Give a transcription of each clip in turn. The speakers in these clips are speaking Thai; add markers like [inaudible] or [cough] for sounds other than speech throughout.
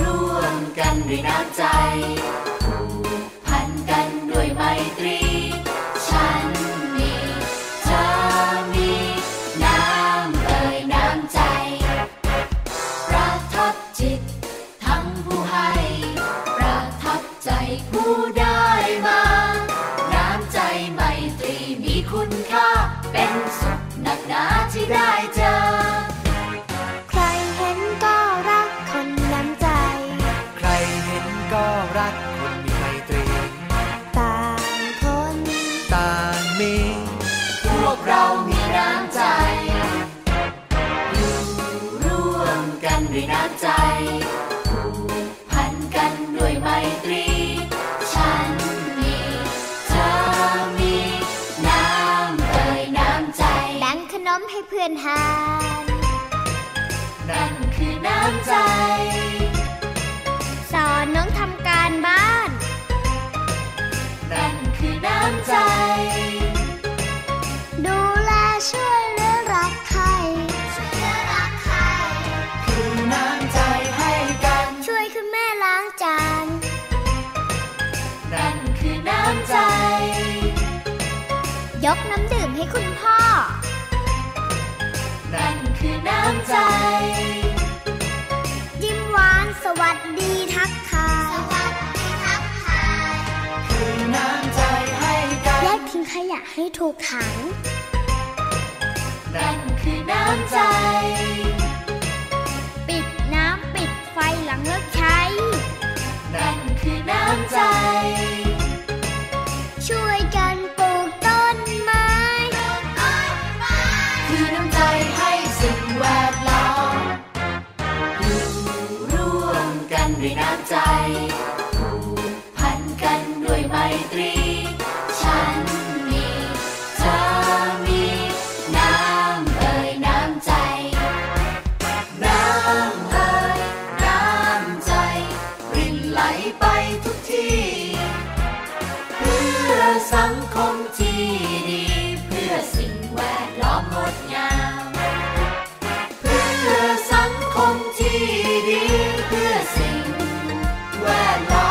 ร่วมกันด้วยน้ำใจผูกพันกันด้วยไมตรี ฉันมีเธอมี น้ำเอ่ยน้ำใจ ประทับจิต ทั้งผู้ให้ ประทับใจผู้ได้มา น้ำใจไมตรีมีคุณค่า เป็นสุขหนักหนาที่ได้เจอ ใครเห็นก็รักคนน้ำใจ ใครเห็นก็รักคนมีไมตรี ต่างคน ต่างมี พวกเรามีน้ำใจ อยู่ร่วมกันด้วยน้ำใจผูกพันกันด้วยไมตรี ฉันมีเธอมี น้ำเอ่ยน้ำใจ แบ่งขนมให้เพื่อนทาน นั่นคือน้ำใจ สอนน้องทำการบ้าน นั่นคือน้ำใจ ดูแลช่วยเหลือรักใครช่วยเหลือรักใคร คือน้ำใจให้กัน ช่วยคุณแม่ล้างจาน นั่นคือน้ำใจ ยกน้ำดื่มให้คุณพ่อ นั่นคือน้ำใจ ยิ้มหวานสวัสดีทักทายสวัสดีทักทาย คือน้ำใจให้กัน แยกทิ้งขยะให้ถูกถัง นั่นคือน้ำใจ ปิดน้ำปิดไฟหลังเลิกใช้ นั่นคือน้ำใจ ช่วยกันปลูกต้นไม้ คือน้ำใจให้สิ่งแวดล้อมอยู่ร่วมกันด้วยน้ำใจผูกพันกันด้วยไมตรี ฉันมีเธอมี น้ำเอ่ยน้ำใจ น้ำเอ่ยน้ำใจ รินไหลไปทุกที่ เพื่อสังคมที่ดี เพื่อสิ่งแวดล้อมงดงามเพื่อสังคมที่ดี เพื่อสิ่งแวดล้อ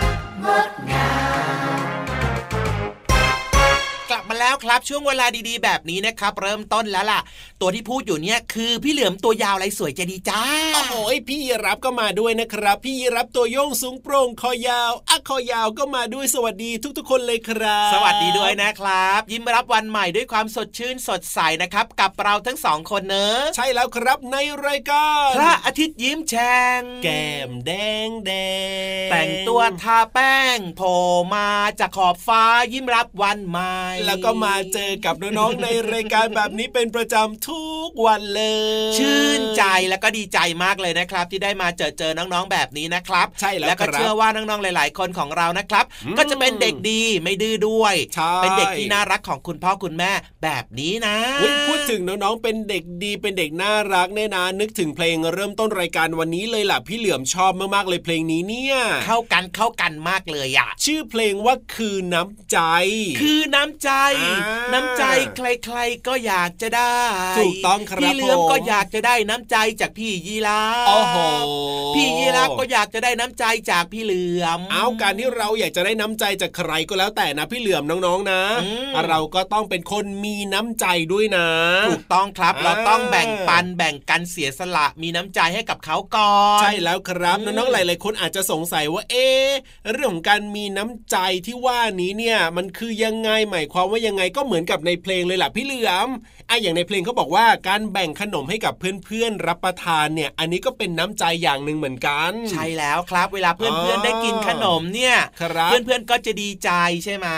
มงดงาม กลับมาแล้วครับช่วงเวลาดีๆ แบบนี้นะครับ เริ่มต้นแล้วล่ะ ตัวที่พูดอยู่เนี่ยคือพี่เหลือมตัวยาวลายสวยใจดีจ้า โอ้โหพี่ยีรับก็มาด้วยนะครับ พี่ยีรับตัวโยงสูงโปร่งคอยาวอะคอยาวก็มาด้วยสวัสดีทุกๆ คนเลยครับ สวัสดีด้วยนะครับ ยิ้มรับวันใหม่ด้วยความสดชื่นสดใสนะครับ กับเราทั้งสองคนเนอะ ใช่แล้วครับในรายการ พระอาทิตย์ยิ้มแฉ่ง แก้มแดงแดง แต่งตัวทาแป้งโผล่มาจากขอบฟ้ายิ้มรับวันใหม่ แล้วก็มาเจอกับน้องๆ ในรายการแบบนี้เป็นประจำทุกวันเลย ชื่นใจแล้วก็ดีใจมากเลยนะครับ ที่ได้มาเจอเจอน้องๆแบบนี้นะครับ ใช่แล้ว แล้วก็ ครับ เชื่อว่าน้องๆ หลาย ๆ คนของเรานะครับ อืม ก็จะเป็นเด็กดีไม่ดื้อด้วย ใช่ เป็นเด็กที่น่ารักของคุณพ่อคุณแม่แบบนี้นะ อุ๊ยพูดถึงน้องๆ เป็นเด็กดีเป็นเด็กน่ารักแน่นะนึกถึงเพลงเริ่มต้นรายการวันนี้เลยล่ะพี่เหลือมชอบมากๆเลยเพลงนี้เนี่ย เข้ากันเข้ากันมากเลยอ่ะ ชื่อเพลงว่าคือน้ำใจ คือน้ำใจ อ่า น้ำใจใครๆก็อยากจะได้ ถูกต้องครับ พี่เหลือม ผม ก็อยากจะได้น้ำใจจากพี่ยีราฟ โอ้โห พี่ยีราฟก็อยากจะได้น้ำใจจากพี่เหลือม เอาการที่เราอยากจะได้น้ำใจจากใครก็แล้วแต่นะพี่เหลือมน้องๆนะ อืม เราก็ต้องเป็นคนมีน้ำใจด้วยนะ ถูกต้องครับ เราต้อง อ่า แบ่งปันแบ่งกันเสียสละมีน้ำใจให้กับเขาก่อน ใช่แล้วครับน้องๆหลายๆคนอาจจะสงสัยว่าเอ๊ะเรื่องของการมีน้ำใจที่ว่านี้เนี่ยมันคือยังไงหมายความว่ายังไงก็เหมือนกับในเพลงเลยล่ะพี่เหลือมอ่ะอย่างในเพลงเขาบอกว่าการแบ่งขนมให้กับเพื่อนๆรับประทานเนี่ย อันนี้ก็เป็นน้ำใจอย่างหนึ่งเหมือนกัน ใช่แล้วครับ เวลาเพื่อน อ๋ ๆ อ ได้กินขนมเนี่ย ครับ เพื่อนๆก็จะดีใจใช่ไหม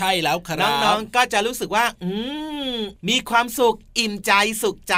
ใช่แล้วครับ น้องๆก็จะรู้สึกว่า อืม มีความสุขอิ่มใจสุขใจ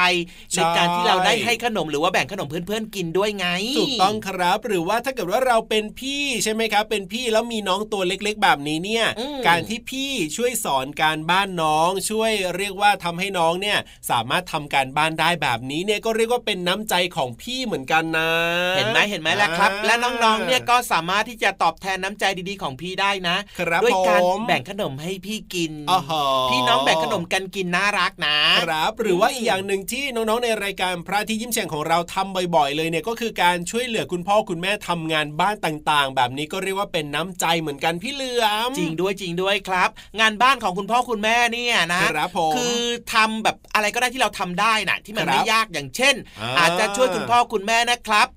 ใช่ ในการที่เราได้ให้ขนมหรือว่าแบ่งขนมเพื่อนๆกินด้วยไง ถูกต้องครับหรือว่าถ้าเกิดว่าเราเป็นพี่ใช่ไหมครับ เป็นพี่แล้วมีน้องตัวเล็กๆ แบบนี้เนี่ย อืม การที่พี่ช่วยสอนการบ้านน้อง ช่วยเรียกว่าทำให้น้องเนี่ยสามารถทำการบ้านได้แบบนี้เนี่ยก็เรียกว่าเป็นน้ำใจของพี่เหมือนกันนะ เห็นไหมเห็นไหมล่ะครับ และน้องๆเนี่ยก็สามารถที่จะตอบแทนน้ำใจดีๆของพี่ได้นะครับ ด้วยการ ผม แบ่งขนมให้พี่กิน อ้อหอ พี่น้องแบ่งขนมกันกินน่ารักนะ ครับหรือว่าอีกอย่างหนึ่งที่น้องๆในรายการพระอาที่ยิ้มแฉ่งของเราทำบ่อยๆ เลยเนี่ยก็คือการช่วยเหลือคุณพ่อคุณแม่ทำงานบ้านต่างๆ แบบนี้ก็เรียกว่าเป็นน้ำใจเหมือนกันพี่เหลือม จริงด้วยจริงด้วยครับ งานบ้านของคุณพ่อคุณแม่เนี่ยนะครับ ผม คือทำแบบอะไรก็ได้ที่เราทำได้นะที่มัน ครับ ไม่ยากอย่างเช่น อ่า อาจจะช่วยคุณพ่อคุณแม่นะครับ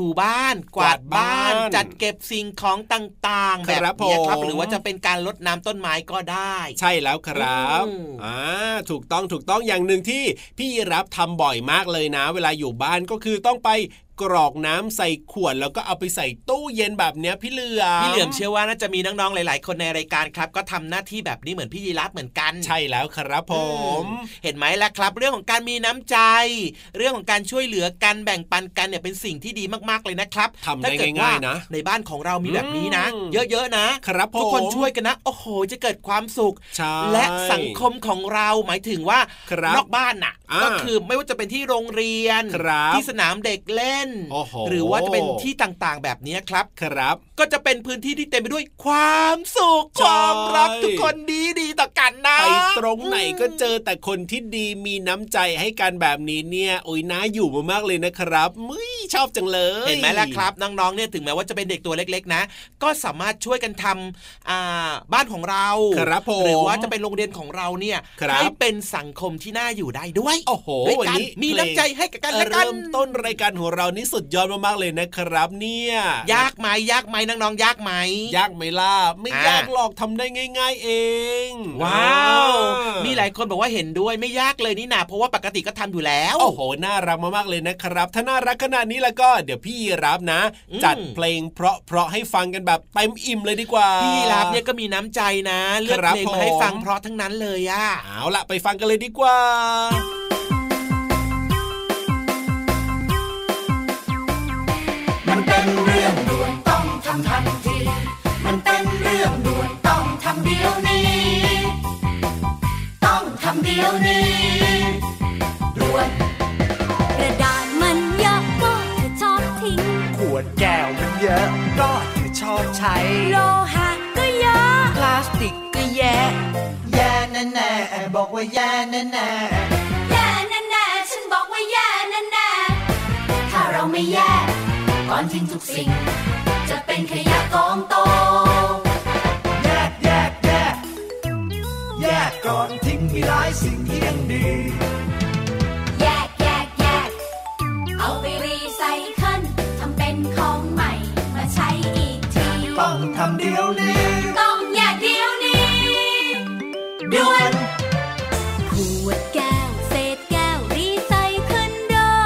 ถูบ้าน กวาดบ้าน กวาดบ้าน จัดเก็บสิ่งของต่างๆ แบบ ครับ เนี้ยครับ ผม หรือว่าจะเป็นการรดน้ำต้นไม้ก็ได้ ใช่แล้วครับ อืม อ่าถูกต้องถูกต้องอย่างหนึ่งที่พี่รับทำบ่อยมากเลยนะ เวลาอยู่บ้านก็คือต้องไปกรอกน้ำใส่ขวดแล้วก็เอาไปใส่ตู้เย็นแบบเนี้ยพี่เหลือม พี่เหลือมเชื่อว่าน่าจะมีน้องๆหลาย ๆ คนในรายการครับ ก็ทำหน้าที่แบบนี้เหมือนพี่ยีรับเหมือนกัน ใช่แล้วครับผม อืมเห็นไหมล่ะครับ เรื่องของการมีน้ำใจ เรื่องของการช่วยเหลือกันแบ่งปันกันเนี่ยเป็นสิ่งที่ดีมากๆเลยนะครับ ทำได้ ถ้เกิว่ ง่ายๆนะ ในบ้านของเรามีแบบนี้นะ อืม เยอะๆนะครับ ผม ทุกคนช่วยกันนะโอ้โห จะเกิดความสุข ใช่ และสังคมของเราหมายถึงว่า ครับ นอกบ้านน่ะ อ่า ก็คือไม่ว่าจะเป็นที่โรงเรียน ครับ ที่สนามเด็กเล่น โอ้โห หรือว่าจะเป็นที่ต่างๆ แบบนี้ครับ ครับ ก็จะเป็นพื้นที่ที่เต็มไปด้วยความสุข ใช่ ความรักทุกคนดีดีๆต่อกันนะ ไปตรงไหนก็เจอแต่คนที่ดีมีน้ำใจให้กันแบบนี้เนี่ยโอ้ยน่าอยู่มากๆเลยนะครับมึยชอบจังเลย เห็นไหมล่ะครับน้องๆเนี่ยถึงแม้ว่าจะเป็นเด็กตัวเล็กๆนะ ก็สามารถช่วยกันทำอ่าบ้านของเรา ครับผม หรือว่าจะเป็นโรงเรียนของเราเนี่ย ครับ ให้เป็นสังคมที่น่าอยู่ได้ด้วย โอ้โห ด้วย วัน กัน นี้ มีน้ำใจให้กับกันและกัน เริ่มต้นรายการของเรานี่สุดยอดมากๆเลยนะครับ เนี่ย ยากไหมยากไหมน้องๆยากไหม ยากไหมล่ะไม่ อ่ะ ยากหรอกทำได้ง่าย ๆ เอง ว้าว อ่ มีหลายคนบอกว่าเห็นด้วยไม่ยากเลยนี่นาเพราะว่าปกติก็ทำอยู่แล้ว โอ้โหน่ารักมากๆเลยนะครับ ถ้าน่ารักขนาดนี้แล้วก็เดี๋ยวพี่รับนะ อืม จัดเพลงเพราะๆให้ฟังกันแบบเต็มอิ่มเลยดีกว่า พี่ยีรับเนี่ยก็มีน้ำใจนะเลือก ครับ เพลงมาให้ ผม ฟังเพราะทั้งนั้นเลยอะ เอาละไปฟังกันเลยดีกว่า มันเป็นเรื่องด่วนต้องทำทันที มันเป็นเรื่องด่วนต้องทำเดี๋ยวนี้ ต้องทำเดี๋ยวนี้ด่วน กระดาษมันเยอะก็เธอชอบทิ้ง ขวดแก้วมันเยอะก็เธอชอบใช้ โลหะก็เยอะ พลาสติกก็แย่แย่แน่แน่ๆบอกว่าแย่แน่แน่ แย่แน่แน่ๆฉันบอกว่าแย่แน่แน่ๆถ้าเราไม่แย่ก่อนทิ้งทุกสิ่ง จะเป็นขยะกองโต ๆแยกแยกแยกแยกก่อนทิ้งมีหลายสิ่งที่ยังดี แยกแยกแยกเอาไปรีไซเคิลทำเป็นของใหม่มาใช้อีกที ต้องทำเดี๋ยวนี้ ต้องแยกเดี๋ยวนี้ด่วน ขวดแก้ว เศษแก้ว รีไซเคิลได้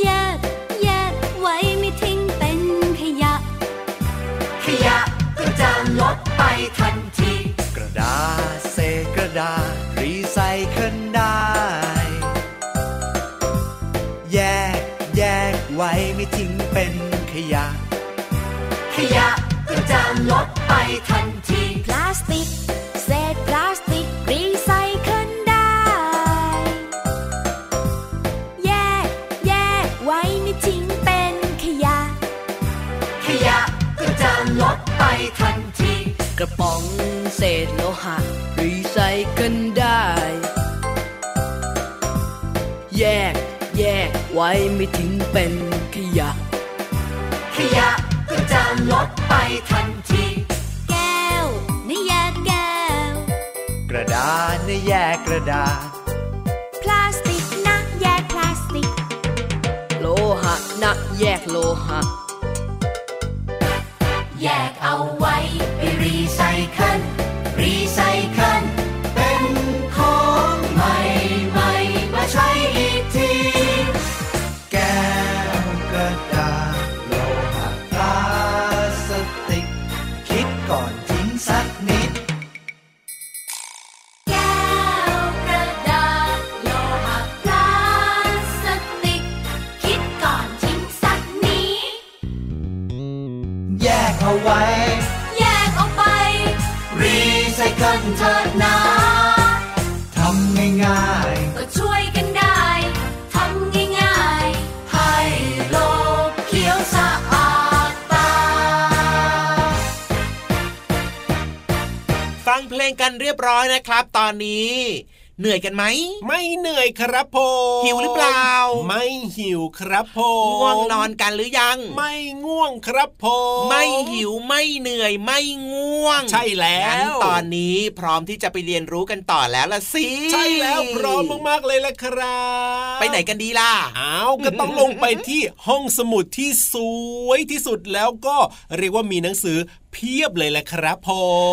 แยกแยกไว้ไม่ทิ้งเป็นขยะ ขยะก็จะลดไปทันที กระดาษเศษกระดาษรีไซเคิลได้ แยกแยกไว้ไม่ทิ้งเป็นขยะ ขยะก็จะลดไปทันที พลาสติก เศษพลาสติก รีไซเคิลได้ แยกแยกไว้ไม่ทิ้งเป็นขยะ ขยะก็จะลดไปทันที กระป๋องเศษโลหะรีไซเคิลได้ แยกแยกไว้ไม่ทิ้งเป็นขยะ ขยะก็จะลดไปทันที แก้วนิยาแก้ว กระดาษนะแยกกระดาษ พลาสติกนะแยกพลาสติก โลหะนะแยกโลหะ แยกเอาไว้ไปรีไซเคิล รีไซเคิล เป็นของใหม่ใหม่มาใช้อีกที แก้วกระดาษโลหะพลาสติก คิดก่อนทิ้งสักนิด รีไซเคิล เถิดหนา ทำง่าย ก็ช่วยกันได้ทำง่ายๆ ให้โลกเขียวสะอาดตา ฟังเพลงกันเรียบร้อยนะครับ ตอนนี้ เหนื่อยกันไหม ไม่เหนื่อยครับผม หิวหรือเปล่า ไม่หิวครับผม ง่วงนอนกันหรือยัง ไม่ง่วงครับผม ไม่หิวไม่เหนื่อยไม่ง่วง ใช่แล้ว งั้นตอนนี้พร้อมที่จะไปเรียนรู้กันต่อแล้วละสิ ใช่แล้วพร้อมมากๆเลยละครับ ไปไหนกันดีล่ะ อ้าวก็ต้องลงไปที่ห้องสมุดที่สวยที่สุดแล้วก็เรียกว่ามีหนังสือเพียบเลยแหละครับผ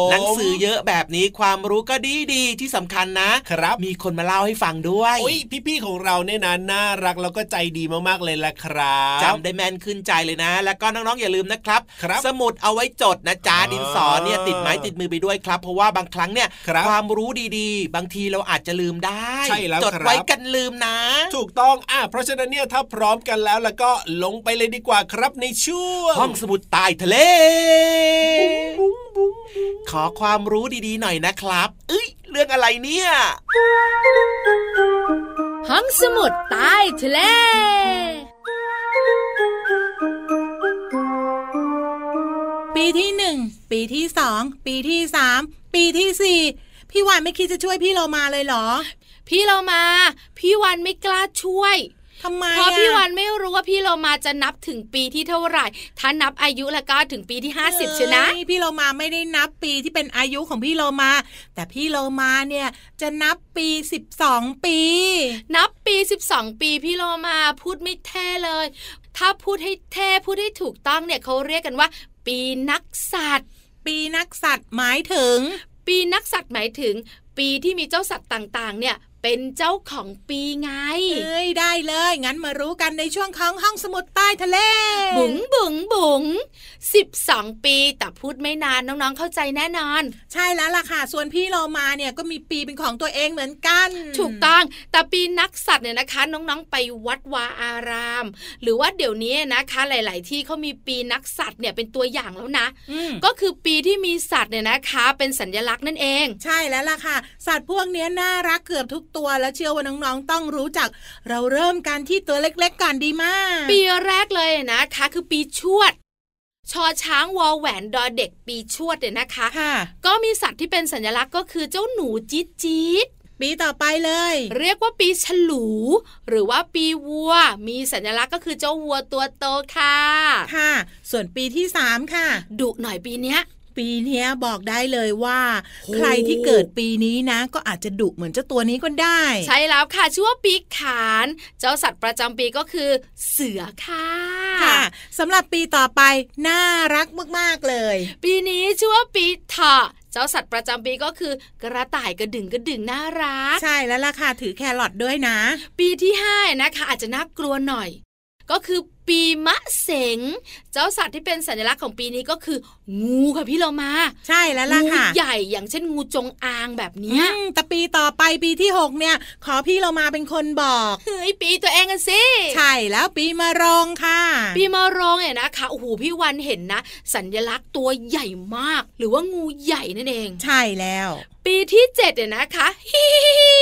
ม หนังสือเยอะแบบนี้ความรู้ก็ดีดีๆที่สำคัญนะ ครับ มีคนมาเล่าให้ฟังด้วย โอ้ยพี่ๆของเราเนี่ยนะน่ารักแล้วก็ใจดีมากๆเลยละครับ จำได้แม่นขึ้นใจเลยนะ แล้วก็น้องๆอย่าลืมนะครับ ครับ สมุดเอาไว้จดนะจ๊ะ อ่า ดินสอเนี่ยติดไม้ติดมือไปด้วยครับ เพราะว่าบางครั้งเนี่ย ครับ วามรู้ดีๆ บางทีเราอาจจะลืมได้ ใช่แล้ว จด ครับ ไว้กันลืมนะ [laughs] ถูกต้องอ่ะเพราะฉะนั้นเนี่ยถ้าพร้อมกันแล้วแล้วก็ลงไปเลยดีกว่าครับในช่วง ห้องสมุดใตายทะเล ขอความรู้ดีๆหน่อยนะครับ เอ้ยเรื่องอะไรเนี่ย ห้องสมุดใต้ทะเล ปีที่หนึ่งปีที่สองปีที่สามปีที่สี่พี่วานไม่คิดจะช่วยพี่เรามาเลยเหรอ พี่เรามา พี่วันไม่กล้าช่วย ทำไม เพ อ ราะพี่วันไม่รู้ว่าพี่เรามาจะนับถึงปีที่เท่าไหร่ ถ้านับอายุแล้วก็ถึงปีที่ 50ชนะ เอ้ยพี่เรามาไม่ได้นับปีที่เป็นอายุของพี่เรามา แต่พี่เรามาเนี่ยจะนับปีสิบสองปี นับปี 12 ปีพี่โลมาพูดไม่แท้เลย ถ้าพูดให้แท้พูดให้ถูกต้องเนี่ยเขาเรียกกันว่า ปีนักสัตว์ ปีนักสัตว์หมายถึง ปีนักสัตว์หมายถึง ปีที่มีเจ้าสัตว์ต่างๆ เนี่ยเป็นเจ้าของปีไง เอ้ยได้เลย งั้นมารู้กันในช่วงของห้องสมุดใต้ทะเล บุ๋งบุ๋งบุ๋งสิบสองปีแต่พูดไม่นานน้องๆเข้าใจแน่นอน ใช่แล้วล่ะค่ะ ส่วนพี่เรามาเนี่ยก็มีปีเป็นของตัวเองเหมือนกัน ถูกต้องแต่ปีนักสัตว์เนี่ยนะคะ น้องๆไปวัดวาอาราม หรือว่าเดี๋ยวนี้นะคะ หลาย ๆ ที่เขามีปีนักสัตว์เนี่ยเป็นตัวอย่างแล้วนะ อืม ก็คือปีที่มีสัตว์เนี่ยนะคะ เป็นสัญลักษณ์นั่นเอง ใช่แล้วล่ะค่ะ สัตว์พวกเนี้ยน่ารักเกือบทุกตัวแล้วเชื่อว่าน้องๆต้องรู้จัก เราเริ่มกันที่ตัวเล็กๆก่อนดีมาก ปีแรกเลยนะคะ คือปีชวด ชอช้างวอแหวนดอเด็กปีชวดเนี่ยนะคะ ค่ะ ก็มีสัตว์ที่เป็นสัญลักษณ์ก็คือเจ้าหนูจี๊ดจี๊ด ปีต่อไปเลย เรียกว่าปีฉลู หรือว่าปีวัว มีสัญลักษณ์ก็คือเจ้าวัวตัวโตค่ะ ค่ะ ส่วนปีที่สามค่ะ ดุหน่อยปีเนี้ย ปีเนี้ยบอกได้เลยว่า ใครที่เกิดปีนี้นะ ก็อาจจะดุเหมือนเจ้าตัวนี้ก็ได้ ใช่แล้วค่ะชื่อว่าปีขาน เจ้าสัตว์ประจำปีก็คือเสือค่ะ ค่ะสำหรับปีต่อไปน่ารักมากๆเลย ปีนี้ชื่อว่าปีเถาะเจ้าสัตว์ประจำปีก็คือกระต่ายกระดึงกระดึงน่ารัก ใช่แล้วล่ะค่ะถือแครอทด้วยนะ ปีที่ห้านะคะ อาจจะน่ากลัวหน่อย ก็คือปีมะเสงเจ้าสัตว์ที่เป็นสัญลักษณ์ของปีนี้ก็คืองูค่ะพี่เรามา ใช่แล้วล่ะ งู ค่ะ ใหญ่อย่างเช่นงูจงอางแบบ อื เนี้ย มแต่ปีต่อไปปีที่หกเนี่ย ขอพี่เรามาเป็นคนบอก เฮ้ยปีตัวเองกันสิ ใช่แล้วปีมะโรงค่ะ ปีมะโรงเนี่ยนะคะโอ้โหพี่วันเห็นนะ สัญลักษณ์ตัวใหญ่มาก หรือว่างูใหญ่นั่นเอง ใช่แล้ว ปีที่เจ็ดเนี่ยนะคะ [laughs] ฮิฮิฮิ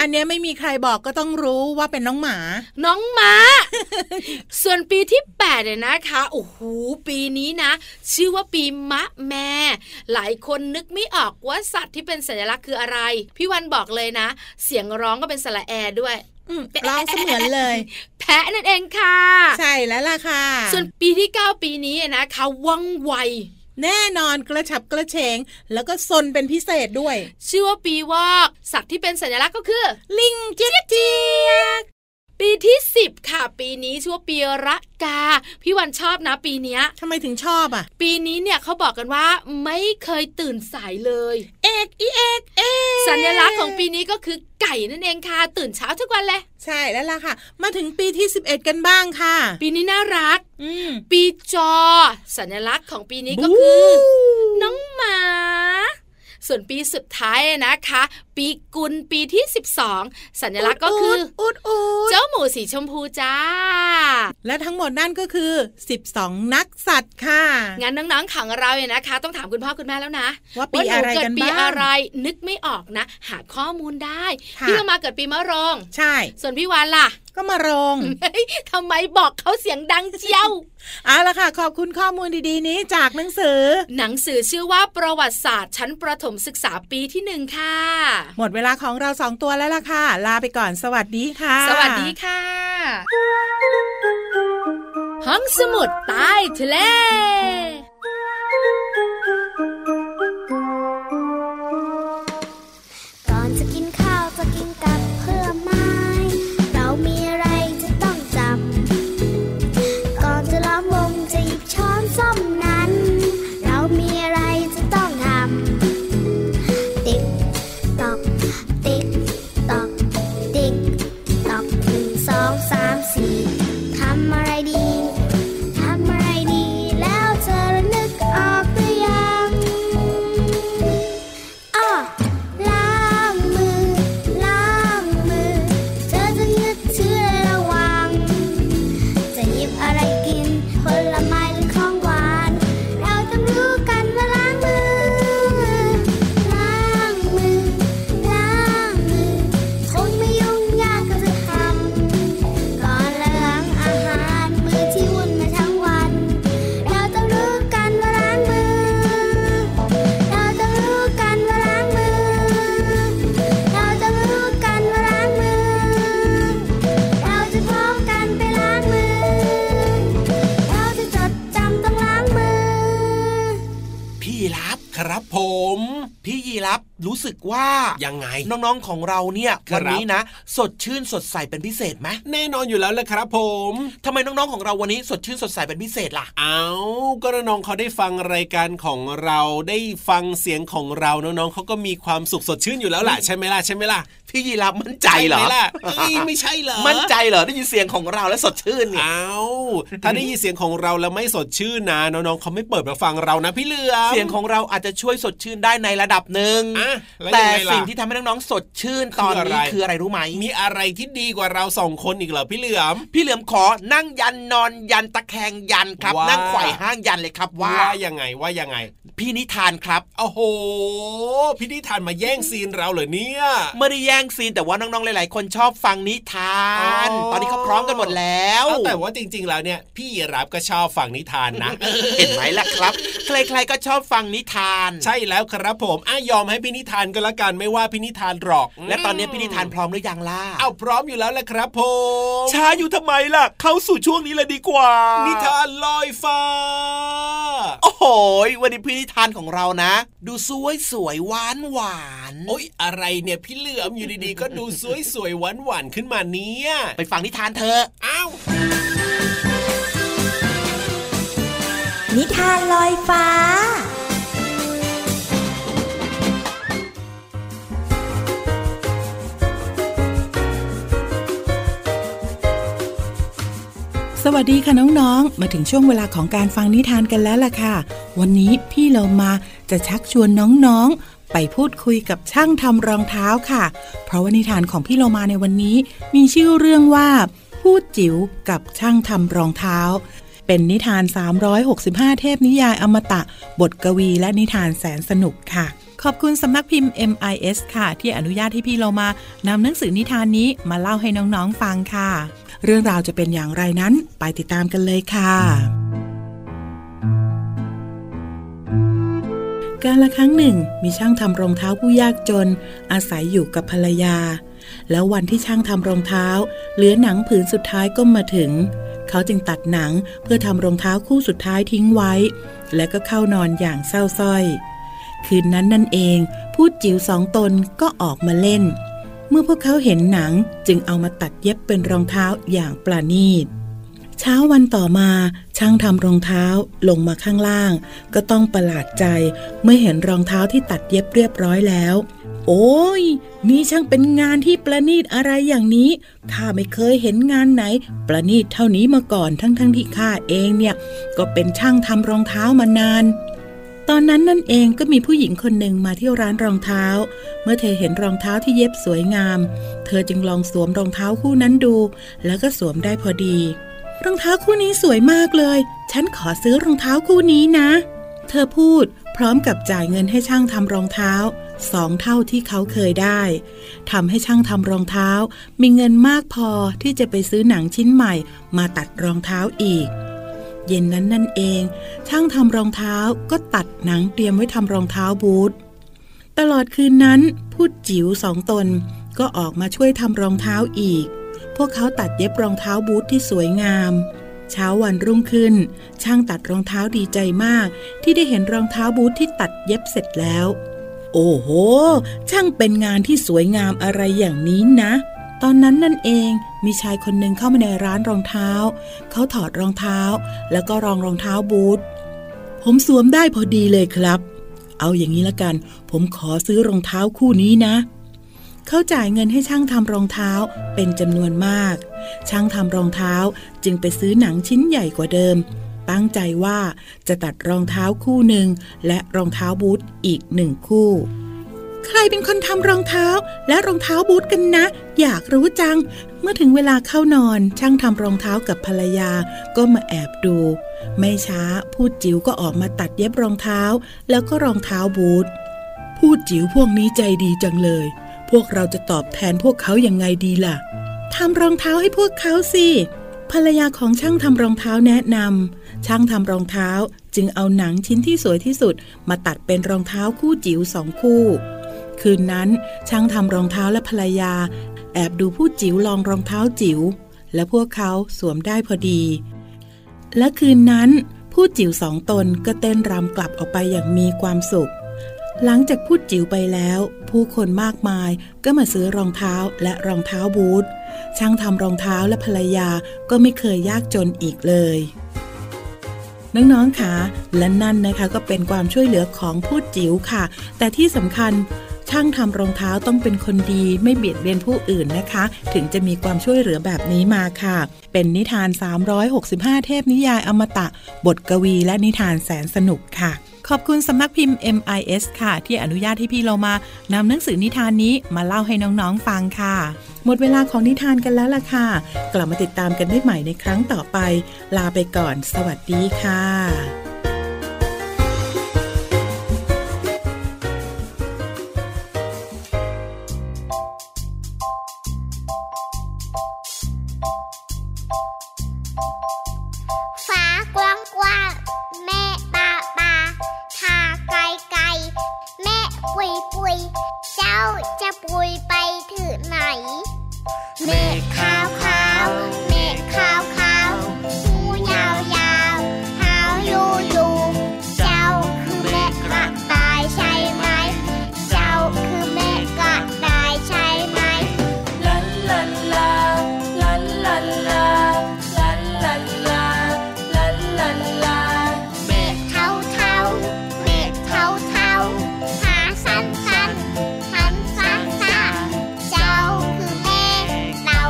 อันเนี้ยไม่มีใครบอกก็ต้องรู้ว่าเป็นน้องหมา น้อง [laughs] ม้า ส่วนปีที่แปดเนี่ยนะคะโอ้โหปีนี้นะ ชื่อว่าปีมะแม่ หลายคนนึกไม่ออกว่าสัตว์ที่เป็นสัญลักษณ์คืออะไร พี่วันบอกเลยนะ เสียงร้องก็เป็นสระแอด้วย อืมร้องเสมือนเลย แพะนั่นเองค่ะ ใช่แล้วล่ะค่ะ ส่วนปีที่เก้าปีนี้นะคะว่องไว แน่นอนกระฉับกระเฉง แล้วก็ซนเป็นพิเศษด้วย ชื่อว่าปีวอก สัตว์ที่เป็นสัญลักษณ์ก็คือ ลิงเจี๊ยกเจี๊ยก ปีที่ 10 ค่ะ ปีนี้ชื่อว่าปีระกา พี่วันชอบนะ ปีเนี้ย ทำไมถึงชอบอ่ะ ปีนี้เนี่ยเขาบอกกันว่าไม่เคยตื่นสายเลย เอกอีเอกเอก สัญลักษณ์ของปีนี้ก็คือไก่นั่นเองค่ะ ตื่นเช้าทุกวันเลย ใช่แล้วล่ะค่ะ มาถึงปีที่ 11 กันบ้างค่ะ ปีนี้น่ารัก อืม ปีจอ สัญลักษณ์ของปีนี้ก็คือ บู๊ น้องหมา ส่วนปีสุดท้ายนะคะ ปีกุลปีที่ 12 สัญลักษณ์ก็คือ อุดอุด เจ้าหมูสีชมพูจ้า และทั้งหมดนั่นก็คือ 12 นักสัตว์ค่ะ งั้นน้องๆของเราเนี่ยนะคะ ต้องถามคุณพ่อคุณแม่แล้วนะ ว่าปีอะไร หเกิ กั ด น ปี บ้าง อะไรนึกไม่ออกนะ หาข้อมูลได้ ค่ะ พี่เรามาเกิดปีมะโรง ใช่ ส่วนพี่วานล่ะ ก็มารง เฮ้ย [laughs] ทำไมบอกเขาเสียงดังเจียว เอาละค่ะ ขอบคุณข้อมูลดีๆ นี้จากหนังสือ หนังสือชื่อว่าประวัติศาสตร์ชั้นประถมศึกษาปีที่หนึ่งค่ะ หมดเวลาของเราสองตัวแล้วล่ะค่ะ ลาไปก่อนสวัสดีค่ะ สวัสดีค่ะ ห้องสมุดใต้ทะเล ก่อนจะกินข้าวจะกินกับเพื่อไม้ เรามีอะไรจะต้องจำ ก่อนจะล้อมวงจะหยิบช้อนส้อมนั้น เรามีอะไรจะต้องทำ ติ๊กตอก ติ๊กตอก ติ๊กตอกหนึ่งสองสามสี่ทำอะไรดี ทำอะไรดี แล้วเธอระนึกออกหรือยัง อ้อล้างมือ ล้างมือ เธอจะนึกถึงระวัง จะหยิบอะไรกิน ผลไม้หรือของหวาน เราต้องรู้กันว่าล้างมือ ล้างมือ ล้างมือ คงไม่ยุ่งยากก็จะทำ ก่อนล้างอาหารมือที่วุ่นมาทั้งวัน เราต้องรู้กันว่าล้างมือ เราต้องรู้กันว่าล้างมือ เราต้องรู้กันว่าล้างมือ เราจะพร้อมกันไปล้างมือ เราจะจดจำต้องล้างมือ พี่ยีรับครับผม พี่ยีรับรู้สึกว่า ยังไง น้องๆของเราเนี่ย ครัวับนนี้นะ สดชื่นสดใสเป็นพิเศษไหม แน่นอนอยู่แล้วละครับผม ทำไมน้องๆของเราวันนี้สดชื่นสดใสเป็นพิเศษล่ะ เอาก็น้องๆเขาได้ฟังรายการของเราได้ฟังเสียงของเราน้องๆเขาก็มีความสุขสดชื่นอยู่แล้วล่ะใช่ไหมล่ะใช่ไหมล่ะ พี่ยีรับมั่นใจเหรอ ช่ไมล่ะเอ้ยไม่ใช่เหรอ มั่นใจเหรอได้ยินเสียงของเราแล้วสดชื่นเนี่ย เอาถ้าได้ยินเสียงของเราแล้วไม่สดชื่นนะน้องๆเขาไม่เปิดมาฟังเรานะพี่เหลือม เสียงของเราอาจจะช่วยสดชื่นได้ในระดับหนึ่ง อ่ะแล้ว แต่ ยังไงล่ะ สิ่งที่ทำให้น้องๆสดชื่นตอน คืออะไร นี้คืออะไรรู้ไหม มีอะไรที่ดีกว่าเราสองคนอีกเหรอพี่เหลือม พี่เหลือมขอนั่งยันนอนยันตะแคงยันครับ ว่านั่นั่งไขว่ห้างยันเลยครับว่า ยังไงว่ายังไง พี่นิทานครับ โอ้โห พี่นิทานมาแย่งซีนเราเหรอเนี่ย ไม่ได้แย่งซีนแต่ว่าน้องๆ หลายๆ คนชอบฟังนิทาน อ๋อ ตอนนี้เขาพร้อมกันหมดแล้ว เอาแต่ว่าจริงๆ แล้วเนี่ย พี่ยีรับก็ชอบฝั่งนิทานนะ [laughs] เห็นไหมล่ะครับ ใครๆ ก็ชอบฟังนิทาน ใช่แล้วครับผมอ่ะยอมให้พี่นิทานก็แล้วกันไม่ว่าพี่นิทานหรอก และตอนนี้พี่นิทานพร้อมหรือยังล่ะ เอาพร้อมอยู่แล้วแหละครับผม ช้าอยู่ทำไมล่ะ เข้าสู่ช่วงนี้เลยดีกว่า นิทานลอยฟ้า โอ้โหวันนี้พี่นิทานของเรานะ ดูสวยสวยๆหวานหวานๆ โอ๊ยอะไรเนี่ยพี่เหลือมอยู่ดีๆ ก็ดูสวยๆหวานๆขึ้นมาเนี่ย ไปฟังนิทานเถอะ อ้าว นิทานลอยฟ้า สวัสดีค่ะน้องๆ มาถึงช่วงเวลาของการฟังนิทานกันแล้วล่ะค่ะ วันนี้พี่เรามาจะชักชวนน้องๆ ไปพูดคุยกับช่างทำรองเท้าค่ะ เพราะว่านิทานของพี่เรามาในวันนี้ มีชื่อเรื่องว่า พูดจิ๋วกับช่างทำรองเท้า เป็นนิทาน 365 เทพนิยายอมตะ บทกวีและนิทานแสนสนุกค่ะ ขอบคุณสำนักพิมพ์ MIS ค่ะ ที่อนุญาตให้พี่เรามานำหนังสือนิทานนี้มาเล่าให้น้องๆฟังค่ะ เรื่องราวจะเป็นอย่างไรนั้นไปติดตามกันเลยค่ะ การละครั้งหนึ่งมีช่างทำรองเท้าผู้ยากจน อาศัยอยู่กับภรรยา แล้ววันที่ช่างทำรองเท้า เหลือหนังผืนสุดท้ายก็มาถึง เขาจึงตัดหนังเพื่อทำรองเท้าคู่สุดท้ายทิ้งไว้ และก็เข้านอนอย่างเศร้าสร้อย คืนนั้นนั่นเองผู้จิ๋วสองตนก็ออกมาเล่น เมื่อพวกเขาเห็นหนังจึงเอามาตัดเย็บเป็นรองเท้าอย่างประณีต เช้าวันต่อมาช่างทำรองเท้าลงมาข้างล่าง ก็ต้องประหลาดใจเมื่อเห็นรองเท้าที่ตัดเย็บเรียบร้อยแล้ว โอ้ย นี่ช่างเป็นงานที่ประณีตอะไรอย่างนี้ข้าไม่เคยเห็นงานไหน ประณีตเท่านี้มาก่อนทั้งๆที่ข้าเองเนี่ย ก็เป็นช่างทำรองเท้ามานาน ตอนนั้นนั่นเองก็มีผู้หญิงคนหนึ่งมาที่ร้านรองเท้า เมื่อเธอเห็นรองเท้าที่เย็บสวยงาม เธอจึงลองสวมรองเท้าคู่นั้นดู แล้วก็สวมได้พอดี รองเท้าคู่นี้สวยมากเลย ฉันขอซื้อรองเท้าคู่นี้นะ เธอพูดพร้อมกับจ่ายเงินให้ช่างทำรองเท้าสองเท่าที่เขาเคยได้ทำให้ช่างทำรองเท้า มีเงินมากพอที่จะไปซื้อหนังชิ้นใหม่ มาตัดรองเท้าอีก เย็นนั้นนั่นเอง ช่างทำรองเท้าก็ตัดหนังเตรียมไว้ทำรองเท้าบูท ตลอดคืนนั้นผู้จิ๋วสองตนก็ออกมาช่วยทำรองเท้าอีก พวกเขาตัดเย็บรองเท้าบูทที่สวยงาม เช้าวันรุ่งขึ้น ช่างตัดรองเท้าดีใจมาก ที่ได้เห็นรองเท้าบูทที่ตัดเย็บเสร็จแล้ว โอ้โห ช่างเป็นงานที่สวยงามอะไรอย่างนี้นะ ตอนนั้นนั่นเองมีชายคนหนึ่งเข้ามาในร้านรองเท้า เขาถอดรองเท้า แล้วก็รองรองเท้าบูท ผมสวมได้พอดีเลยครับ เอาอย่างนี้ละกัน ผมขอซื้อรองเท้าคู่นี้นะ เขาจ่ายเงินให้ช่างทำรองเท้าเป็นจำนวนมาก ช่างทำรองเท้าจึงไปซื้อหนังชิ้นใหญ่กว่าเดิม ตั้งใจว่าจะตัดรองเท้าคู่หนึ่งและรองเท้าบูทอีกหนึ่งคู่ ใครเป็นคนทำรองเท้าและรองเท้าบูทกันนะ อยากรู้จัง เมื่อถึงเวลาเข้านอนช่างทำรองเท้ากับภรรยาก็มาแอบดู ไม่ช้าผู้จิ๋วก็ออกมาตัดเย็บรองเท้า แล้วก็รองเท้าบูท ผู้จิ๋วพวกนี้ใจดีจังเลย พวกเราจะตอบแทนพวกเขาอย่างไงดีล่ะ ทำรองเท้าให้พวกเขาสิ ภรรยาของช่างทำรองเท้าแนะนำ ช่างทำรองเท้าจึงเอาหนังชิ้นที่สวยที่สุด มาตัดเป็นรองเท้าคู่จิ๋วสองคู่ คืนนั้นช่างทำรองเท้าและภรรยา แอบดูผู้จิ๋วลองรองเท้าจิ๋วและพวกเขาสวมได้พอดี และคืนนั้นผู้จิ๋วสองตนก็เต้นรำกลับออกไปอย่างมีความสุข หลังจากพูดจิ๋วไปแล้ว ผู้คนมากมายก็มาซื้อรองเท้าและรองเท้าบูทช่างทำรองเท้าและภรรยาก็ไม่เคยยากจนอีกเลย น้องๆค่ะและนั่นนะคะก็เป็นความช่วยเหลือของผู้จิ๋วค่ะ แต่ที่สำคัญช่างทำรองเท้าต้องเป็นคนดีไม่เบียดเบียนผู้อื่นนะคะ ถึงจะมีความช่วยเหลือแบบนี้มาค่ะ เป็นนิทาน 365 เทพนิยายอมตะ บทกวีและนิทานแสนสนุกค่ะ ขอบคุณสำนักพิมพ์ MIS ค่ะ ที่อนุญาตให้พี่เรามานำหนังสือนิทานนี้มาเล่าให้น้องๆฟังค่ะ หมดเวลาของนิทานกันแล้วล่ะค่ะ กลับมาติดตามกันได้ใหม่ในครั้งต่อไป ลาไปก่อน สวัสดีค่ะ ฟ้ากว้างกว้างแม่ปลาปลาทาไกลไกลแม่ปุยปุยเจ้าจะปุยไปถึงไหนเมฆขาวขาวเมฆขาวขาวหูยาวยาวหาวยูยูเจ้าคือแม่กระต่ายใช่ไหม เจ้าคือแม่กระต่ายใช่ไหม ลันลันลา ลันลันลา ลันลันลา ลันลันลา เมฆเทาเทาเมฆเทาเทาหาสั้นสั้นหันสั้นสั้นเจ้าคือเมฆเรา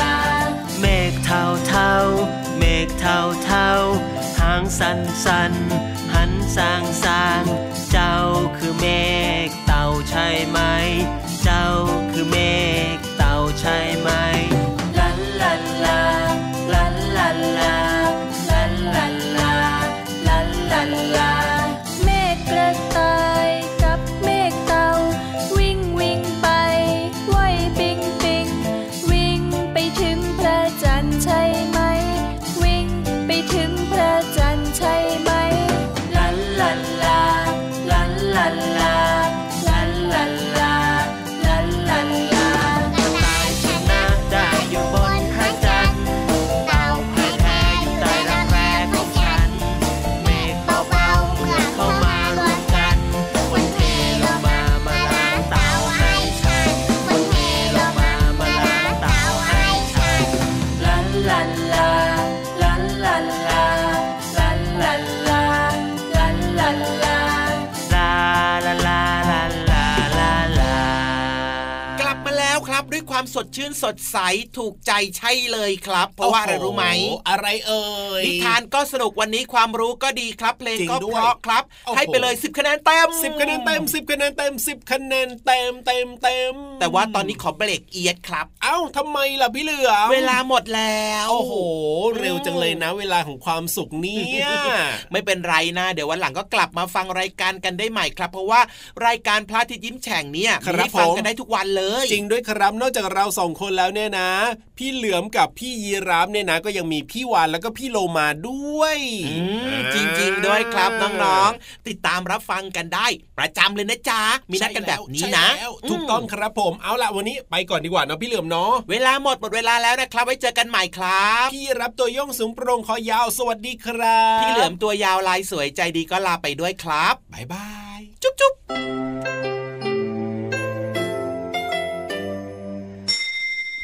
เทาๆเมฆเทาเทาๆหางสันสันๆหันสางสางๆเจ้าคือเมฆเต่าใช่ไหม เจ้าคือเมฆเต่าใช่ไหม ลันลันลาลันลันลาลันลันลาลันลันลาเมฆกระต่ายกับเมฆเต่าวิ่งวิ่งไปว่ายปิงปิงวิ่งไปถึงพระจันทร์ใช่ไหม วิ่งไปถึงพระจันทร์ใช่ไหมลันลันลาลันลันลาลันลันลาลันลันลา ได้อยู่บนพระจันทร์เต่าแพ้แพ้อยู่ใต้รักแร้ของฉัน เมฆเบาๆเมื่อเข้ามารวมกันวันเทลงมามาล้างเต่าให้ฉันวันเทลงมามาล้างเต่าให้ฉัน ลันลันลาลันลันลาลันลันลาลันลันลา ลาลาลาลาลาลาลา กลับมาแล้วครับ ด้วยความสดชื่นสดใสถูกใจใช่เลยครับ เพราะว่าอะไรรู้ไหม โอ้โหอะไรเอ่ย นิทานก็สนุกวันนี้ความรู้ก็ดีครับ เพลง จริง ก็ ด้วย เพราะครับ โอ้โห ให้ไปเลย10คะแนนเต็ม สิบคะแนนเต็มสิบคะแนนเต็มสิบคะแนนเต็มเต็มเต็ม แต่ว่าตอนนี้ขอเบรกเอียดครับ เอ้าทำไมล่ะพี่เหลือม เวลาหมดแล้ว โอ้โห เร็วจังเลยนะ เวลาของความสุขเนี่ย [laughs] ไม่เป็นไรนะ เดี๋ยววันหลังก็กลับมาฟังรายการกันได้ใหม่ครับ เพราะว่ารายการพระอาทิตย์ยิ้มแฉ่งเนี่ย คมีรับให้ฟัง ผม กันได้ทุกวันเลย จริงด้วยครับนอกจากเราสองคนแล้วเนี่ยนะ พี่เหลือมกับพี่ยีราฟเนี่ยนะ ก็ยังมีพี่วานแล้วก็พี่โลมาด้วย อืมจริงๆด้วยครับน้องๆ ติดตามรับฟังกันได้ ประจำเลยนะจ๊ะ มีนัดกันแบบนี้ ใช่ นะ แล้วถูกต้องครับผมเอาล่ะวันนี้ไปก่อนดีกว่าเนาะพี่เหลือมเนาะ เวลาหมดหมดเวลาแล้วนะครับ ไว้เจอกันใหม่ครับ พี่รับตัวโย่องสูงโปรงคอยาวสวัสดีครับ พี่เหลือมตัวยาวลายสวยใจดีก็ลาไปด้วยครับ บายบาย จุ๊บจุ๊บ